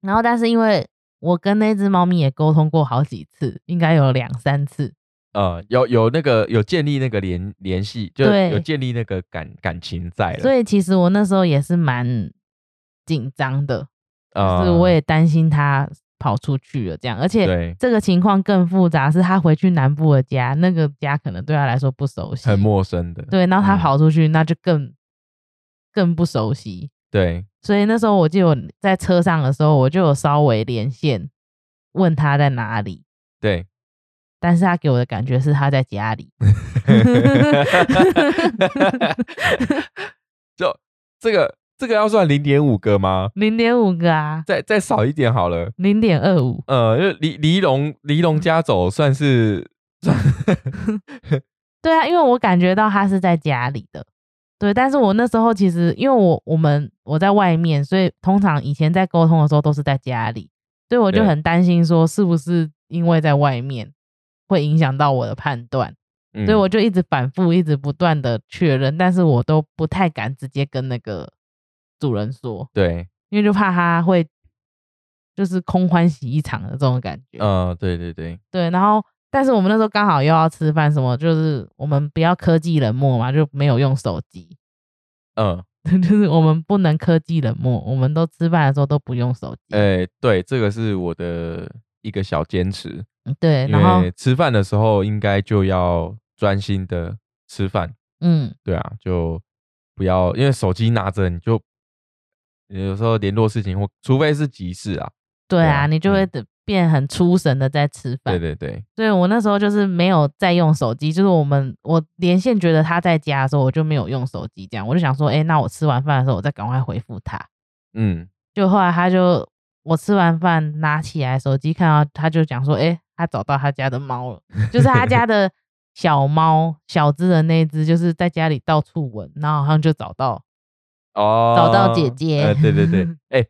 B: 然后但是因为我跟那只猫咪也沟通过好几次，应该有两三次，
A: 呃，有有那个有建立那个联联系，就
B: 对
A: 有建立那个感感情在了，
B: 所
A: 以
B: 以其实我那时候也是蛮紧张的，就是我也担心他跑出去了这样，而且
A: 啊嗯对
B: 这个情况更复杂，是他回去南部的家，那个家可能对他来说不熟悉，
A: 很陌生的，
B: 对，然后他
A: 嗯
B: 跑出去，那就更更不熟悉。
A: 对
B: 所以那时候我记得我在车上的时候，我就有稍微连线问他在哪里，
A: 对，
B: 但是他给我的感觉是他在家里。
A: 就这个这个要算零点五个吗？
B: 零点五个啊，
A: 再再少一点好了。
B: 零点二五，
A: 呃，就离离龙离龙家走算是
B: 对啊，因为我感觉到他是在家里的，对。但是我那时候其实因为我我们我在外面，所以通常以前在沟通的时候都是在家里，所以我就
A: 对
B: 很担心说是不是因为在外面会影响到我的判断，
A: 嗯
B: 所以我就一直反复、一直不断的确认，但是我都不太敢直接跟那个主人说，
A: 对，
B: 因为就怕他会就是空欢喜一场的这种感觉。
A: 呃，对对对，
B: 对，然后但是我们那时候刚好又要吃饭，什么就是我们不要科技冷漠嘛，就没有用手机，
A: 嗯，
B: 就是我们不能科技冷漠，我们都吃饭的时候都不用手机。
A: 哎，对，这个是我的一个小坚持，
B: 对，
A: 因
B: 然后
A: 为吃饭的时候应该就要专心的吃饭，
B: 嗯，
A: 对啊，就不要因为手机拿着你就有时候联络事情或除非是急事啊，
B: 对
A: 对
B: 啊，
A: 啊
B: 你就会
A: 嗯
B: 得变很出神的在吃
A: 对
B: 饭。
A: 对对，
B: 所以我那时候就是没有在用手机，就是我们我连线觉得他在家的时候，我就没有用手机，这样我就想说，哎、那我吃完饭的时候，我再赶快回复他。
A: 嗯，
B: 就后来他就我吃完饭拿起来手机看到，他就讲说，诶，他找到他家的猫了，就是他家的小猫，小只的那只，就是在家里到处闻，然后好像就找到，
A: 哦，
B: 找到姐姐
A: 呃，对对 对，哎，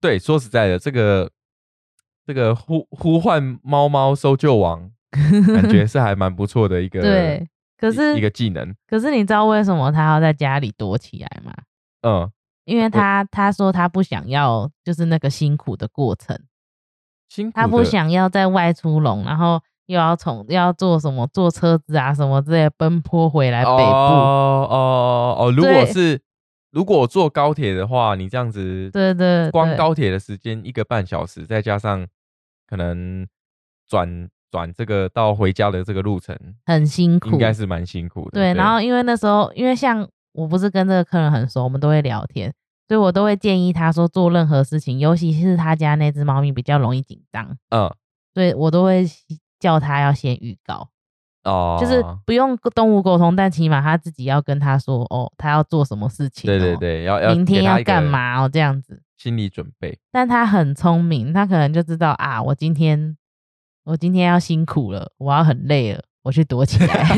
A: 对，说实在的，这个这个呼呼唤猫猫搜救网。 感觉是还蛮不错的一个
B: 对。可
A: 一一个
B: 是
A: 技能，
B: 可是你知道为什么他要在家里躲起来吗？
A: 嗯，
B: 因为他他说他不想要，就是那个辛苦的过程，
A: 辛苦
B: 他不
A: 的
B: 想要在外出笼，然后又要从又要坐什么坐车子啊什么之类的奔波回来北部，
A: 哦哦哦，如果
B: 对
A: 是如果坐高铁的话，你这样子
B: 对对对
A: 光高铁的时间一个半小时，再加上可能转转这个到回家的这个路程，
B: 很辛苦，
A: 应该是蛮辛苦的。
B: 对，然后因为那时候，因为像我不是跟这个客人很熟，我们都会聊天，所以我都会建议他说做任何事情，尤其是他家那只猫咪比较容易紧张，
A: 嗯
B: 所以我都会叫他要先预告，
A: 哦，
B: 就是不用动物沟通，但起码他自己要跟他说哦，他要做什么事情、哦
A: 对对，对，要要
B: 明天
A: 给他
B: 要
A: 一
B: 干
A: 个
B: 嘛哦这样子。
A: 心理准 备。
B: 但他很聪明，他可能就知道啊，我今天我今天要辛苦了，我要很累了，我去 躲起来。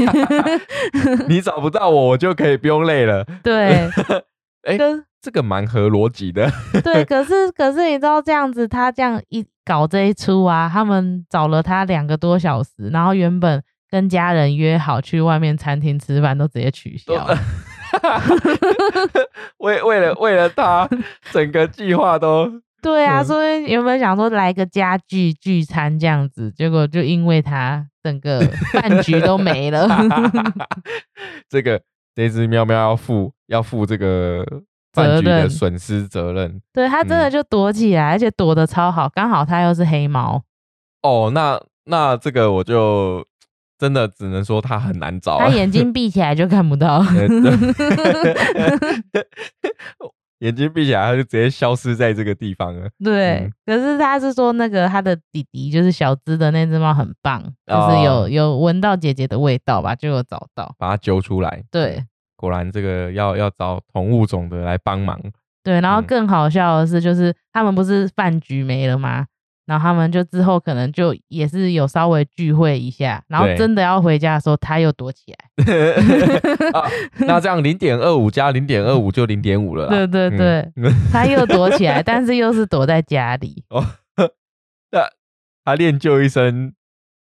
A: 你找不到我，我就可以不用累了。
B: 对，
A: 哎、
B: 跟
A: 这个蛮合逻辑的。
B: 对，可是可是你知道这样子，他这样一搞这一出啊，他们找了他两个多小时，然后原本跟家人约好去外面餐厅吃饭，都直接取消了。
A: 为为了为了他，整个计划都
B: 对啊，
A: 嗯
B: 所以原本想说来个家具聚餐这样子，结果就因为他整 个饭局都没 了。
A: 这个这只喵喵要负要负这个饭局
B: 责
A: 的
B: 任
A: 损失责任。
B: 对他真的
A: 嗯
B: 就躲起来，而且躲得超好，刚好他又是黑猫，
A: 哦，那那这个我就真的只能说他很难找
B: 他
A: 了。
B: 眼睛闭起来就看 不到。
A: 呃啊 对眼睛闭起来，他就直接消失在这个地方了。
B: 对，
A: 嗯
B: 可是他是说那个他的弟弟就是小资的那只猫很棒，就是有、
A: 哦
B: 有闻到姐姐的味道吧，就有找到。
A: 把它揪出来。
B: 对，
A: 果然这个要要找同物种的来帮 忙。
B: 对，然后
A: 嗯
B: 更好笑的是，就是他们不是饭局没了吗？然后他们就之后可能就也是有稍微聚会一下，然后
A: 对
B: 真的要回家的时候，他又躲起来。
A: 啊，那这样零点二五加零点二五就零点五了啦。
B: 对对
A: 嗯
B: 对，他又躲起来，但是又是躲在家里。
A: 他练就一身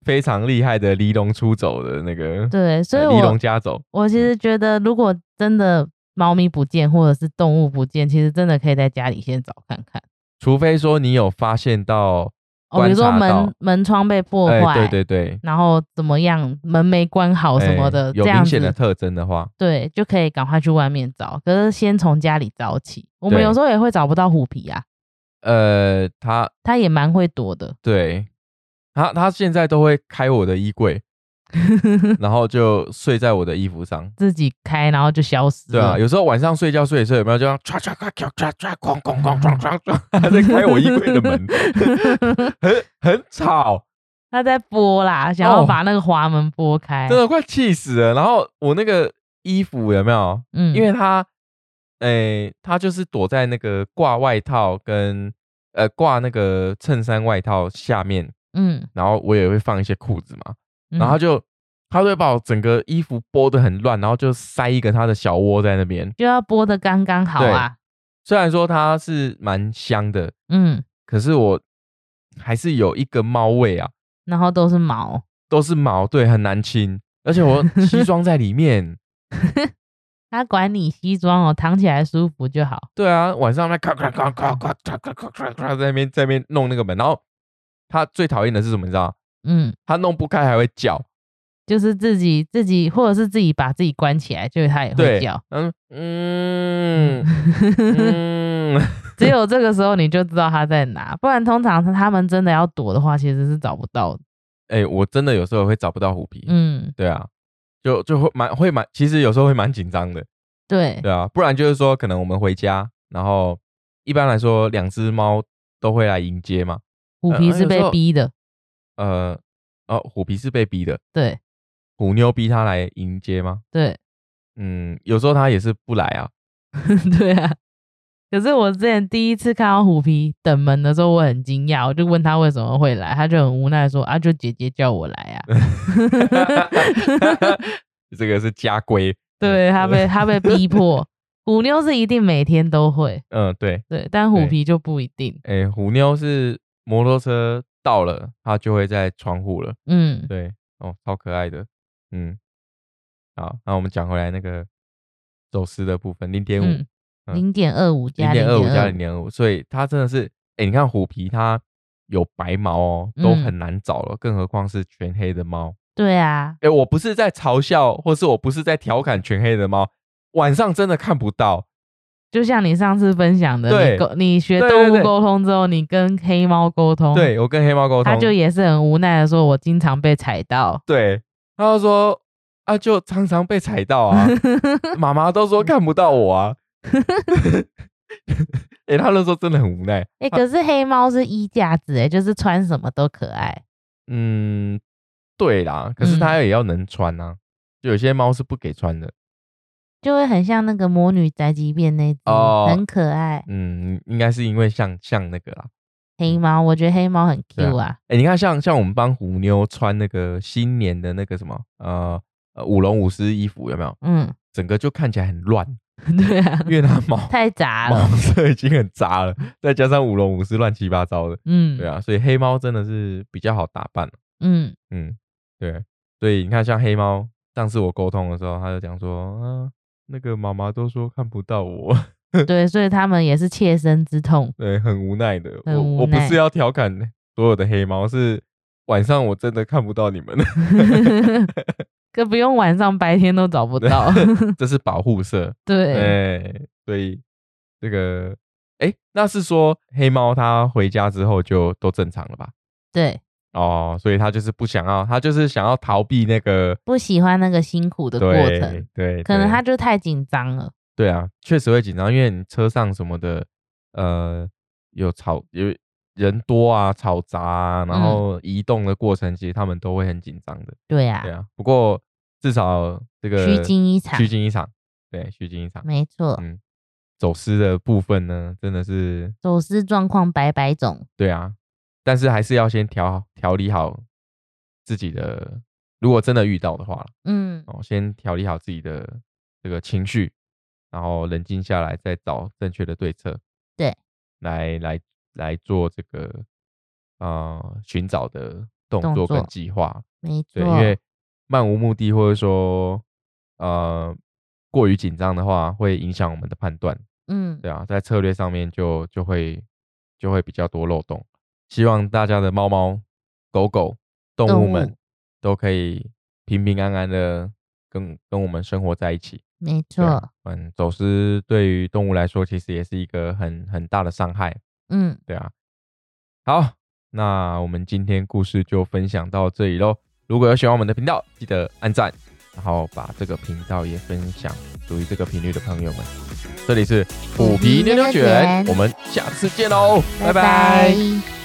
A: 非常厉害的离笼出走的那个，
B: 对，所以
A: 呃离
B: 我
A: 笼家走。
B: 我其实觉得，如果真的猫咪不见或者是动物不见，其实真的可以在家里先找看看。
A: 除非说你有发现到，
B: 哦，比如说
A: 观察到哎
B: 门门窗被破坏，
A: 哎，对对对，
B: 然后怎么样，门没关好什么的，
A: 哎有
B: 这样
A: 明
B: 子
A: 显的特征的话，
B: 对，就可以赶快去外面找。可是先从家里找起。我们
A: 对
B: 有时候也会找不到虎皮啊，
A: 呃，他
B: 它也蛮会躲的。
A: 对他他现在都会开我的衣 柜，然后就睡在我的衣服上。
B: 自己开，然后就消失
A: 对啊，
B: 了。
A: 有时候晚上睡觉睡一睡，有没有就这样唰唰唰唰唰唰哐哐哐哐哐哐，他在开我衣柜的门，很很吵，
B: 它在拨啦，想要
A: 哦
B: 把那个滑门拨开。
A: 真的快气死了。然后我那个衣服有没有？
B: 嗯，
A: 因为他，诶、他就是躲在那个挂外套跟呃挂那个衬衫外套下面，
B: 嗯，
A: 然后我也会放一些裤子嘛，
B: 嗯
A: 然后他就他就会把我整个衣服拨得很乱，然后就塞一个他的小窝在那边。
B: 就要拨的刚刚好啊。
A: 虽然说它是蛮香的，
B: 嗯，
A: 可是我还是有一个猫味啊，
B: 然后都是毛，
A: 都是毛，对，很难清，而且 我西装在里面，
B: 它管你西装哦，躺起来舒服就好。
A: 对啊，晚上在咔咔咔咔咔咔咔咔咔咔在那边在那边弄那个门，然后他最讨厌的是什么？你知道？
B: 嗯，
A: 他弄不开还会叫，
B: 就是自己自己，或者是自己把自己关起来，就是它也会
A: 对
B: 叫。，
A: 嗯嗯嗯，
B: 只有这个时候你就知道它在哪，不然通常它们真的要躲的话，其实是找不到的。
A: 哎，我真的有时候会找不到虎皮，
B: 嗯，
A: 对啊，就就会蛮会蛮，其实有时候会蛮紧张的，
B: 对，
A: 对啊，不然就是说，可能我们回家，然后一般来说，两只猫都会来迎接嘛。
B: 虎皮
A: 呃有
B: 是
A: 时
B: 被
A: 候
B: 逼的，
A: 呃，哦，虎皮是被逼的，
B: 对
A: 虎妞逼它来迎接吗？
B: 对
A: 嗯，有时候它也是不来 啊。
B: 对啊。可是我之前第一次看到虎皮等门的时候，我很惊讶，我就问他为什么会来，他就很无奈地说：“啊，就姐姐叫我来啊。
A: 这个是家规。
B: 对他被他被逼迫， 虎妞是一定每天都会，
A: 嗯，对，
B: 对，但虎
A: 对
B: 皮就不一定。
A: 哎、虎妞是摩托车到了，它就会在窗户了。
B: 嗯，
A: 对，哦，超可爱的。嗯，好，那我们讲回来那个走私的部分，零点五
B: 嗯。零点二五
A: 零
B: 加
A: 点二五
B: 0.25
A: 加零点二五，所以它真的是，哎、你看虎皮它有白毛哦，
B: 嗯
A: 都很难找了，更何况是全黑的猫。
B: 对啊，
A: 哎、我不是在嘲笑，或是我不是在调侃全黑的猫，晚上真的看不到。
B: 就像你上次分享的，
A: 对
B: 你沟你学
A: 对
B: 动
A: 对
B: 物
A: 对
B: 沟通之后，你跟黑猫沟通，，
A: 对我跟黑猫沟
B: 哦他
A: 通，
B: 就也是很无奈的说，我经常被踩到，
A: 对，他就说啊，就常常被踩到 啊，妈妈都说看不到我啊。哎、他那时候真的很无奈。
B: 哎、可是黑猫是衣架子、哎，就是穿什么都可爱，
A: 嗯，对啦，可是它
B: 嗯
A: 也要能穿啊，就有些猫是不给穿的。
B: 就会很像那个魔女宅急便那只，
A: 哦
B: 很可爱。
A: 嗯，应该是因为像像那个啦，
B: 黑猫，我觉得黑猫很
A: 嗯对
B: Q 啊，
A: 哎、你看像像我们帮虎妞穿那个新年的那个什么呃呃舞龙舞狮衣服有没有？
B: 嗯，
A: 整个就看起来很乱，
B: 对啊，
A: 越南毛
B: 太杂
A: 毛
B: 了，
A: 色已经很杂了，再加上舞龙舞狮乱七八糟的，
B: 嗯，
A: 对，啊，所以黑猫真的是比较好打扮了
B: 嗯，
A: 嗯，对，所以你看，像黑猫，上次我沟通的时候，他就讲说，啊，那个妈妈都说看不到我，
B: 对，所以他们也是切身之痛，
A: 对，很无奈的。
B: 很
A: 我
B: 无
A: 我不
B: 奈
A: 是要调侃所有的黑猫，是晚上我真的看不到你 们，
B: 可不用晚上白天都找不到，
A: 这是保护色。
B: 对，
A: 哎，所以这个，哎，那是说黑猫它回家之后就都正常了吧？
B: 对，
A: 哦，所以它就是不想要，它就是想要逃避那个
B: 不喜欢那个辛苦的过
A: 对
B: 程，
A: 对，
B: 可能
A: 对
B: 他就太紧张了，
A: 对啊，确实会紧张，因为你车上什么的，呃，有吵有人多啊，吵杂啊，然
B: 嗯
A: 后移动的过程，其实他们都会很紧张的。
B: 对啊
A: 对，啊，不过至少这个
B: 虚惊一场
A: 虚惊一场，对，虚惊一场。
B: 没错
A: 嗯，走失的部分呢，真的是
B: 走失状况百百种，
A: 对啊，但是还是要先调好调理好自己的，如果真的遇到的话啦
B: 嗯，
A: 哦，先调理好自己的这个情绪，然后冷静下来，再找正确的对策，
B: 对，
A: 来来来做这个呃寻找的动
B: 动
A: 作跟
B: 作
A: 计划，
B: 没错
A: 对，，因为漫无目的或者说呃过于紧张的话，会影响我们的判断，
B: 嗯，
A: 对啊，在策略上面就就会就会比较多漏洞。希望大家的猫猫、狗狗、动
B: 动
A: 物们
B: 物
A: 都可以平平安安的跟跟我们生活在一起。
B: 没
A: 对啊
B: 错，
A: 嗯，走失对于动物来说其实也是一个很很大的伤害。
B: 嗯，
A: 对啊。好，那我们今天故事就分享到这里喽。如果有喜欢我们的频道，记得按赞，然后把这个频道也分享属于这个频率的朋友们。这里是虎皮
B: 虎皮
A: 牛
B: 牛
A: 牛
B: 牛
A: 卷，
B: 卷
A: 我们下次见喽，拜
B: 拜
A: 拜
B: 拜